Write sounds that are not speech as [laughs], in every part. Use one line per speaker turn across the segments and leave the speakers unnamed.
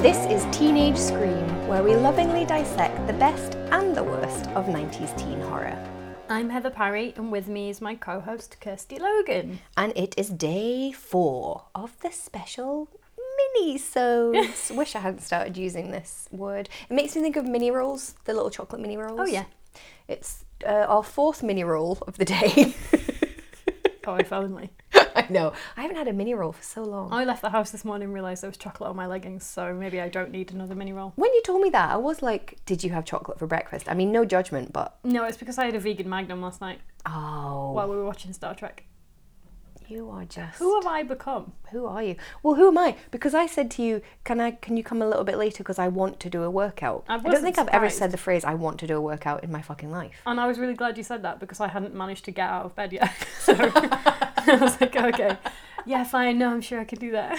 This is Teenage Scream, where we lovingly dissect the best and the worst of 90s teen horror.
I'm Heather Parry, and with me is my co host Kirsty Logan.
And it is day four of the special
[laughs]
mini-sodes. Wish I hadn't started using this word. It makes me think of mini rolls, the little chocolate mini rolls.
Oh, yeah.
It's uh, our fourth mini roll of the day. [laughs]
Oh, if only.
I know. I haven't had a mini roll for so long.
I left the house this morning and realised there was chocolate on my leggings, so maybe I don't need another mini roll.
When you told me that, I was like, did you have chocolate for breakfast? I mean, no judgment, but
No, it's because I had a vegan magnum last night
oh,
while we were watching Star Trek.
you are just
Who have I become?
who are you? Well, who am I? Because I said to you, can I? Can you come a little bit later? Because I want to do a workout.
I
don't think
wasn't
I've ever
surprised.
said the phrase "I want to do a workout" in my fucking life.
And I was really glad you said that because I hadn't managed to get out of bed yet. [laughs] So I was like, okay, yeah, fine, no, I'm sure I can do that.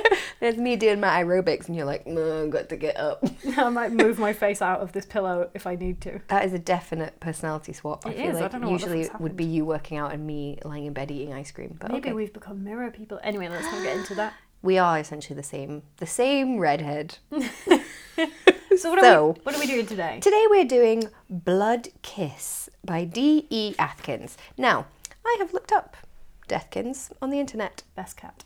[laughs]
There's me doing my aerobics, and you're like, no, I've got to get up. [laughs]
I might move my face out of this pillow if I need to.
That is a definite personality swap. I
It
feel
is. I
like
don't know what the
usually
fuck's
it would be you working out and me lying in bed eating ice cream. But
Maybe
okay. we
we've become mirror people. Anyway, let's not get into
[laughs]
that.
are essentially the same, the same redhead.
So what are,
So-
we, what are we doing today?
Today we're doing Blood Kiss by D. E. Atkins. Now, I have looked up Deathkins on the internet.
Best cat.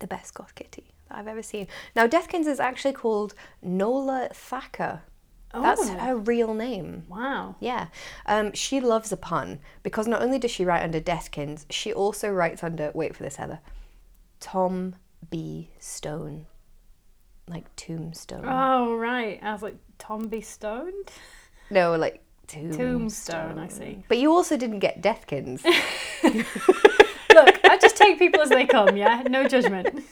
the best goth kitty that I've ever seen. Now, Deathkins is actually called Nola Thacker. That's
Oh.
her real name.
Wow.
Yeah. Um, she loves a pun because not only does she write under Deathkins, she also writes under, wait for this, Heather, Tom B. Stone. Like tombstone.
Oh right, I was like Tom be stoned.
no, like tombstone.
Tombstone, I see.
But you also didn't get Deathkins.
Look, I just take people as they come. Yeah, no
[laughs]
judgment.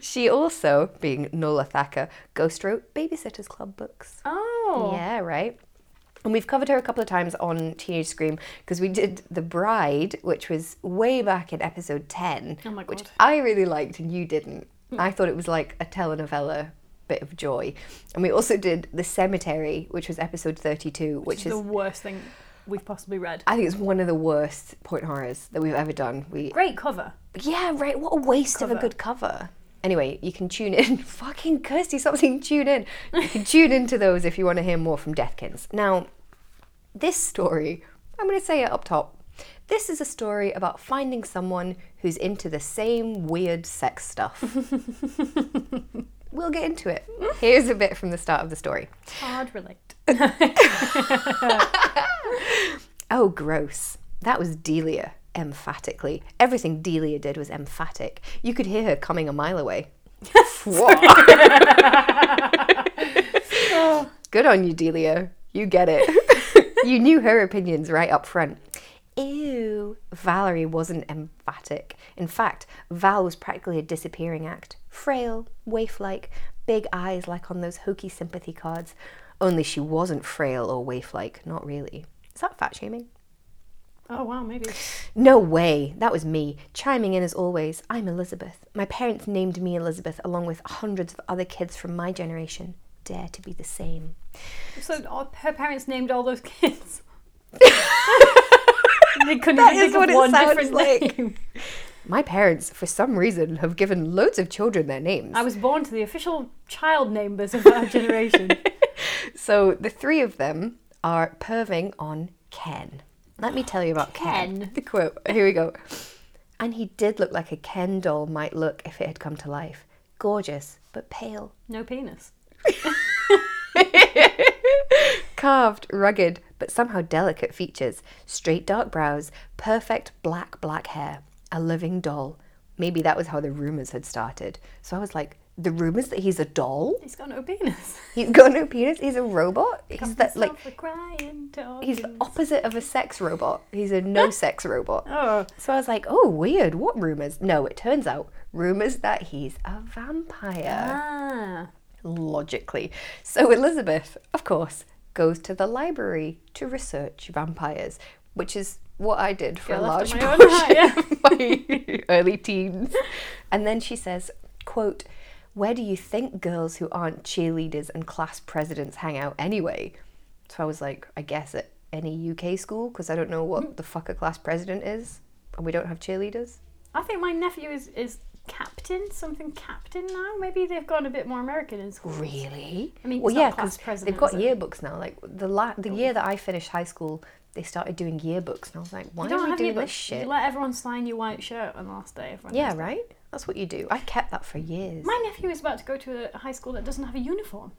she also, being Nola Thacker, ghost wrote Babysitter's Club books.
Oh,
Yeah, right. And we've covered her a couple of times on Teenage Scream because we did The Bride, which was way back in episode 10,
Oh my
which
God.
I really liked and you didn't. I thought it was like a telenovela bit of joy. And we also did The Cemetery, which was episode 32, which,
it's
is,
the worst thing we've possibly read.
I think it's one of the worst point horrors that we've ever done. We
Great cover.
Yeah, right. What a waste of a
Cover.
good cover. Anyway, you can tune in. [laughs] Fucking Kirsty, stop saying tune in. You can tune into those if you want to hear more from Deathkins. Now, this story, I'm going to say it up top. This is a story about finding someone who's into the same weird sex stuff. we'll get into it. Here's a bit from the start of the story.
Hard relate.
Oh, gross. That was Delia, emphatically. Everything Delia did was emphatic. You could hear her coming a mile away. what? Good on you, Delia. You get it. you knew her opinions right up front. Ew. Valerie wasn't emphatic. In fact, Val was practically a disappearing act. Frail, waif like, big eyes like on those hokey sympathy cards. Only she wasn't frail or waif like, not really. Is that fat shaming?
Oh wow, maybe.
No way. That was me. Chiming in as always, I'm Elizabeth. My parents named me Elizabeth along with hundreds of other kids from my generation. Dare to be the same.
So all- her parents named all those kids. [laughs] they couldn't
That
even
is
think
what
of
it
one
sounds
different
like.
[laughs] name.
My parents, for some reason, have given loads of children their names.
I was born to the official child namers of
[laughs]
our generation.
So the three of them are perving on Ken. Let me tell you about Ken.
Ken.
The quote. Here we go. And he did look like a Ken doll might look if it had come to life. Gorgeous, but pale.
No penis.
Carved, rugged, but somehow delicate features, straight dark brows, perfect black, black hair, a living doll. Maybe that was how the rumours had started. So I was like, the rumours that he's a doll?
He's got no penis.
He's got no penis? He's a robot? He's
Got
that, like,
myself a crying dog
he's the
and-
opposite of a sex robot. He's a no sex robot.
Oh.
So I was like, oh, weird. What rumours? No, it turns out rumours that he's a vampire.
Ah.
logically. So Elizabeth, of course, goes to the library to research vampires, which is what I did for
Get
a large
left on
portion
my own hat,
of my [laughs] early teens. And then she says, quote, where do you think girls who aren't cheerleaders and class presidents hang out anyway? So I was like, I guess at any UK school because I don't know
Hmm.
what the fuck a class president is and we don't have cheerleaders.
I think my nephew is, is captain, something captain now. Maybe they've gone a bit more American in school.
Really?
I mean,
well,
it's
yeah,
not class
'cause they've
president,
got
is it? Oh.
yearbooks now. Like the la- the year that I finished high school, they started doing yearbooks, and I was like, why are
You don't
we
have
doing
any,
this
but
shit?
You let everyone sign your white shirt on the last day. Everyone
yeah,
does that.
right. That's what you do. I kept that for years.
My nephew is about to go to a high school that doesn't have a uniform,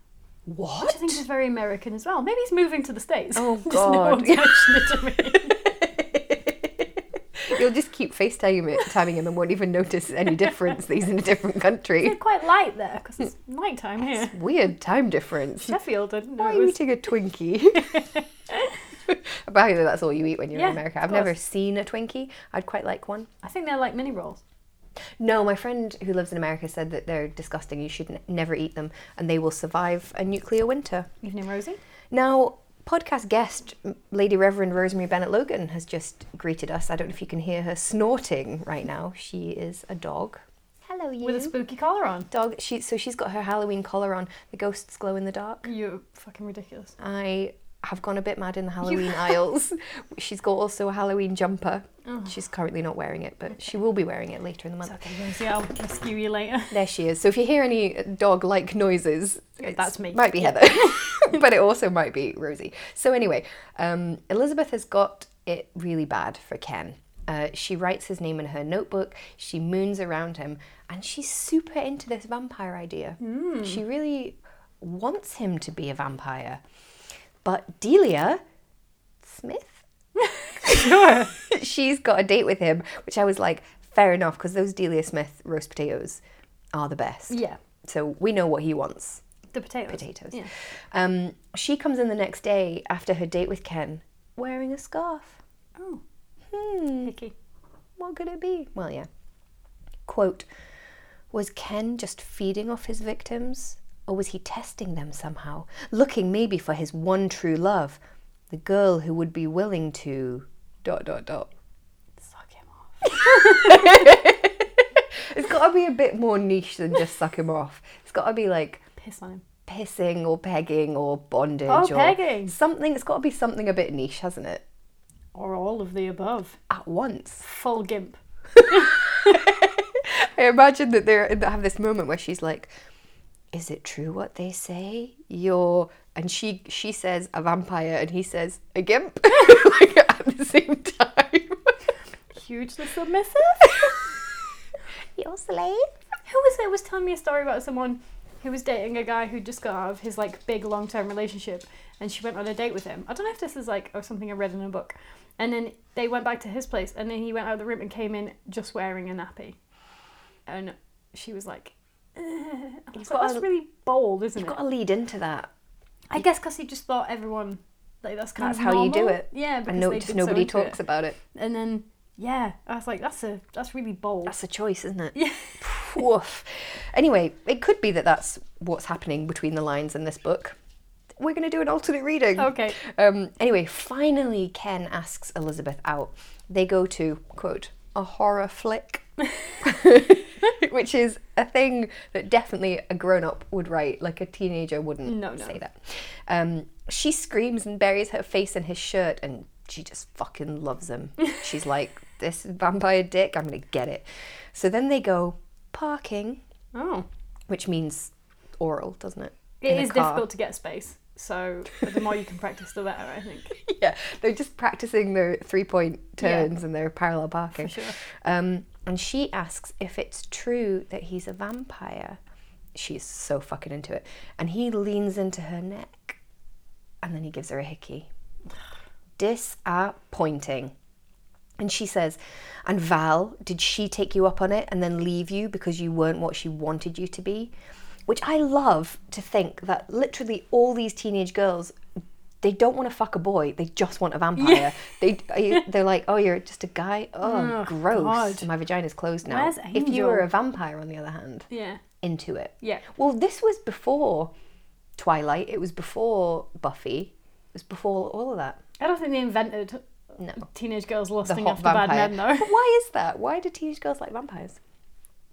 what? [laughs]
which I think is very American as well. Maybe he's moving to the states.
Oh,
[laughs] Just
God.
No one's mentioned it to me. [laughs]
You'll just keep FaceTiming it, timing him, and won't even notice any
[laughs]
difference that he's in a different
It's
country.
quite light there because it's nighttime here.
Weird time difference.
[laughs] Sheffield, I didn't know
Why are
it
you
was.
eating a Twinkie?
[laughs]
[laughs] Apparently, that's all you eat when you're
Yeah,
in America.
of
I've never
course.
seen a Twinkie. I'd quite like one.
I think they're like mini rolls.
No, my friend who lives in America said that they're disgusting. You should n- never eat them, and they will survive a nuclear winter.
Evening Rosie.
Now, podcast guest M- Lady Reverend Rosemary Bennett Logan has just greeted us. I don't know if you can hear her snorting right now. She is a dog. Hello, you.
With a spooky collar on.
dog. She so she's got her Halloween collar on. The ghosts glow in the dark.
You're fucking ridiculous.
I have gone a bit mad in the Halloween aisles. [laughs] She's got also a Halloween jumper. She's currently not wearing it, but she will be wearing it later in the month.
Okay, Rosie, I'll rescue you later. [laughs]
There she is. So if you hear any dog-like noises, it's-
that's me.
Might be Heather,
[laughs]
[laughs] but it also might be Rosie. So anyway, um, Elizabeth has got it really bad for Ken. Uh, she writes his name in her notebook. She moons around him, and she's super into this vampire idea.
Hmm.
She really wants him to be a vampire, but Delia Smith
[laughs] Sure.
[laughs] she's got a date with him, which I was like, fair enough, because those Delia Smith roast potatoes are the best.
Yeah.
So we know what he wants
The potatoes.
potatoes.
Yeah.
Um, she comes in the next day after her date with Ken wearing a scarf.
Oh,
Hmm,
icky.
what could it be? Well, yeah. Quote Was Ken just feeding off his victims? Or was he testing them somehow? Looking maybe for his one true love? The girl who would be willing to. dot dot dot.
Suck him off.
It's got to be a bit more niche than just suck him off. It's got to be like
Piss on him.
pissing or pegging or bondage
Oh,
or
pegging.
something. It's got to be something a bit niche, hasn't it?
Or all of the above.
At once.
Full gimp.
I imagine that they're, they have this moment where she's like, "Is it true what they say? You're," and she she says a vampire, and he says a gimp, [laughs] like at the same time.
Hugely submissive.
You're slave.
Who was it was telling me a story about someone who was dating a guy who just got out of his like big long term relationship and she went on a date with him. I don't know if this is like or something I read in a book. And then they went back to his place and then he went out of the room and came in just wearing a nappy. And she was like, "Ugh." And I was
You've
like,
got
that's
a-
really bold, isn't
You've
it?
got to lead into that,
I guess because he just thought everyone like that's kind
That's
of
how you do
normal.
it.
Yeah, because
and no,
they've
just
been so
nobody
into
talks
It.
about it.
And then yeah, I was like, that's a that's really bold.
That's a choice, isn't it?
Oh. Yeah.
[laughs] Woof. Anyway, it could be that that's what's happening between the lines in this book. We're going to do an alternate reading.
Okay.
Um, anyway, finally, Ken asks Elizabeth out. They go to, quote, a horror
[laughs]
flick, [laughs] which is a thing that definitely a grown up would write, like a teenager wouldn't
No, no.
say that. Um, she screams and buries her face in his shirt, and she just fucking loves
[laughs]
him. She's like, this vampire dick, I'm gonna get it. So then they go parking,
Oh,
which means oral, doesn't it?
it
In a
is
car.
difficult to get space. So the more you can practice, the better. I think
[laughs] yeah, they're just practicing their three point
Yeah.
turns and their parallel parking.
for sure.
Um, and she asks if it's true that he's a vampire. She's so fucking into it. And he leans into her neck and then he gives her a
[sighs]
hickey. Disappointing. And she says, And Val, did she take you up on it and then leave you because you weren't what she wanted you to be? Which I love to think that literally all these teenage girls, they don't want to fuck a boy, they just want a vampire. [laughs] They, they're like, Oh, you're just a guy? Oh,
Oh,
gross.
God.
My vagina's closed now.
Where's
If you were
Angel?
a vampire, on the other hand,
Yeah,
into it.
yeah.
Well, this was before Twilight, it was before Buffy, it was before all of that.
I don't think they invented about
No.
teenage girls lusting
hot
after bad
vampire.
men, though. [laughs]
But why is that? Why do teenage girls like vampires?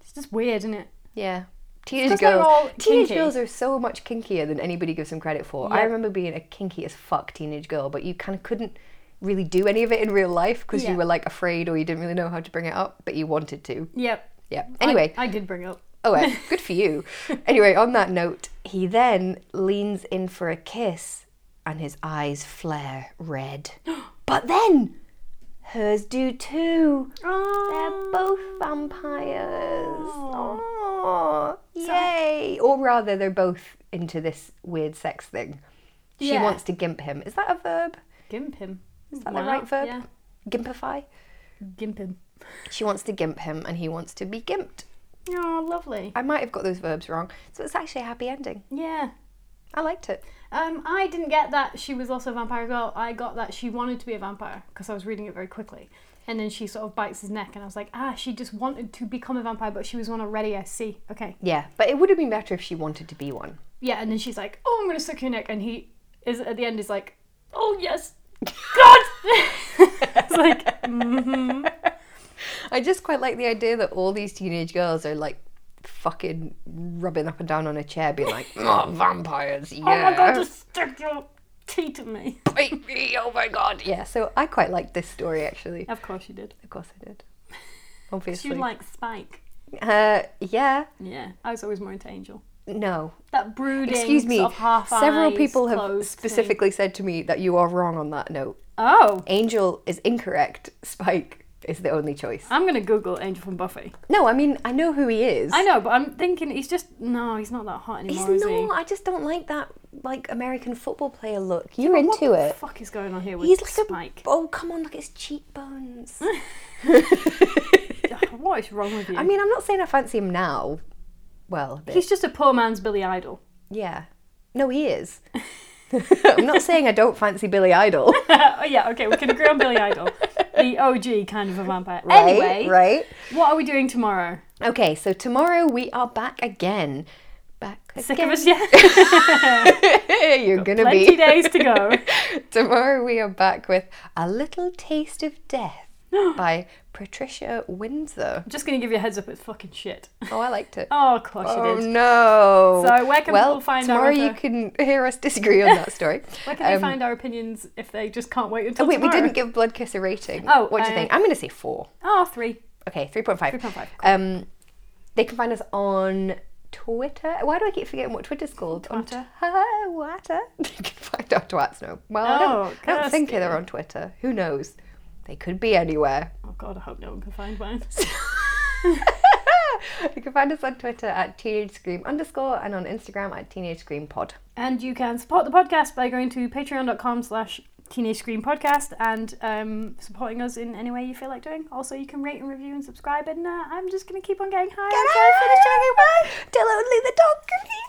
It's just weird, isn't it?
Yeah. Teenage
'cause they're all
girls, teenage
kinky.
girls are so much kinkier than anybody gives them credit for. I
Yep.
remember being a kinky as fuck teenage girl, but you kind of couldn't really do any of it in real life because
Yeah.
you were like afraid or you didn't really know how to bring it up, but you wanted to.
Yep.
Yeah.
I-
Anyway,
I, did bring up.
Oh, [laughs] well, good for you. Anyway, on that note, he then leans in for a kiss and his eyes flare [gasps] red. But then hers do too. They're both vampires. Aww. Yay. Or rather, they're both into this weird sex thing. She
Yeah.
wants to gimp him. Is that a verb?
Gimp him. Is
that the right verb?
Yeah.
Gimpify?
Gimp him.
She wants to gimp him and he wants to be gimped.
Oh, lovely.
I might have got those verbs wrong. So it's actually a happy ending.
Yeah.
I liked it.
Um, I didn't get that she was also a vampire girl. I got that she wanted to be a vampire because I was reading it very quickly. And then she sort of bites his neck, and I was like, ah, she just wanted to become a vampire, but she was one already. I see. Okay.
Yeah, but it would have been better if she wanted to be one.
Yeah. And then she's like, oh, I'm gonna suck your neck, and he is at the end is like, oh yes, God. [laughs] oh it's like
I just quite like the idea that all these teenage girls are like fucking rubbing up and down on a chair, being like, oh, vampires, yeah.
Oh my god, just stick your teeth in me.
Bite me, oh my god. Yeah, so I quite liked this story actually.
Of course you [laughs] did.
Of course I did. Obviously.
You like Spike.
uh, yeah,
Yeah. I was always more into Angel.
no.
That brooding.
Excuse me.
Sort of half
Several people have specifically said to me that you are wrong on that note.
Oh.
Angel is incorrect. Spike is the only choice.
I'm gonna Google Angel from Buffy.
No, I mean I know who he is.
I know, but I'm thinking he's just no, he's not that hot
He's
anymore. is eh? he?
not. I just don't like that like American football player look. You're into
What the
it.
fuck is going on here with
He's like
Spike?
a oh come on, look at his
[laughs]
cheekbones. [laughs]
what is wrong with you?
I mean, I'm not saying I fancy him now. Well, a bit.
he's just a poor man's Billy Idol.
yeah. No, he is. [laughs] I'm not saying I don't fancy Billy Idol.
[laughs] oh yeah, okay, we can agree on Billy Idol, the OG kind of a vampire.
Right,
anyway,
right.
what are we doing tomorrow?
Okay, so tomorrow we are back again. Back
Sick
again.
of us
[laughs]
yet?
You're gonna
Plenty
be
days to go.
[laughs] tomorrow. We are back with a little taste of
[gasps]
death by Patricia Windsor.
I'm just gonna give you a heads up. It's fucking shit.
Oh, I liked it.
[laughs] Oh, of course
Oh
you did.
no!
So where can
well,
people find our
tomorrow you
other-
can hear us disagree on that story.
[laughs] Where can they
Um,
find our opinions if they just can't wait until
Oh wait,
tomorrow?
we didn't give Blood Kiss a rating.
Oh,
what do
uh,
you think? I'm going to say four.
Oh, three.
Okay, three point five.
3.5,
Um, they can find us on Twitter. Why do I keep forgetting what Twitter's called? On
Twitter.
[laughs] Twitter. you can find our twats now. Well, I
Oh,
don't, I don't think
Kirsty.
they're on Twitter. Who knows? They could be anywhere. [laughs]
Oh god, I hope no one can find mine. [laughs]
you can find us on Twitter at teenage scream underscore and on Instagram at teenage scream pod.
And you can support the podcast by going to patreon.com slash teenage screen podcast and um, supporting us in any way you feel like doing. Also, you can rate and review and subscribe. And uh, I'm just going to keep on getting higher.
Get
until I
out
finish
of my way till only the dog can hear.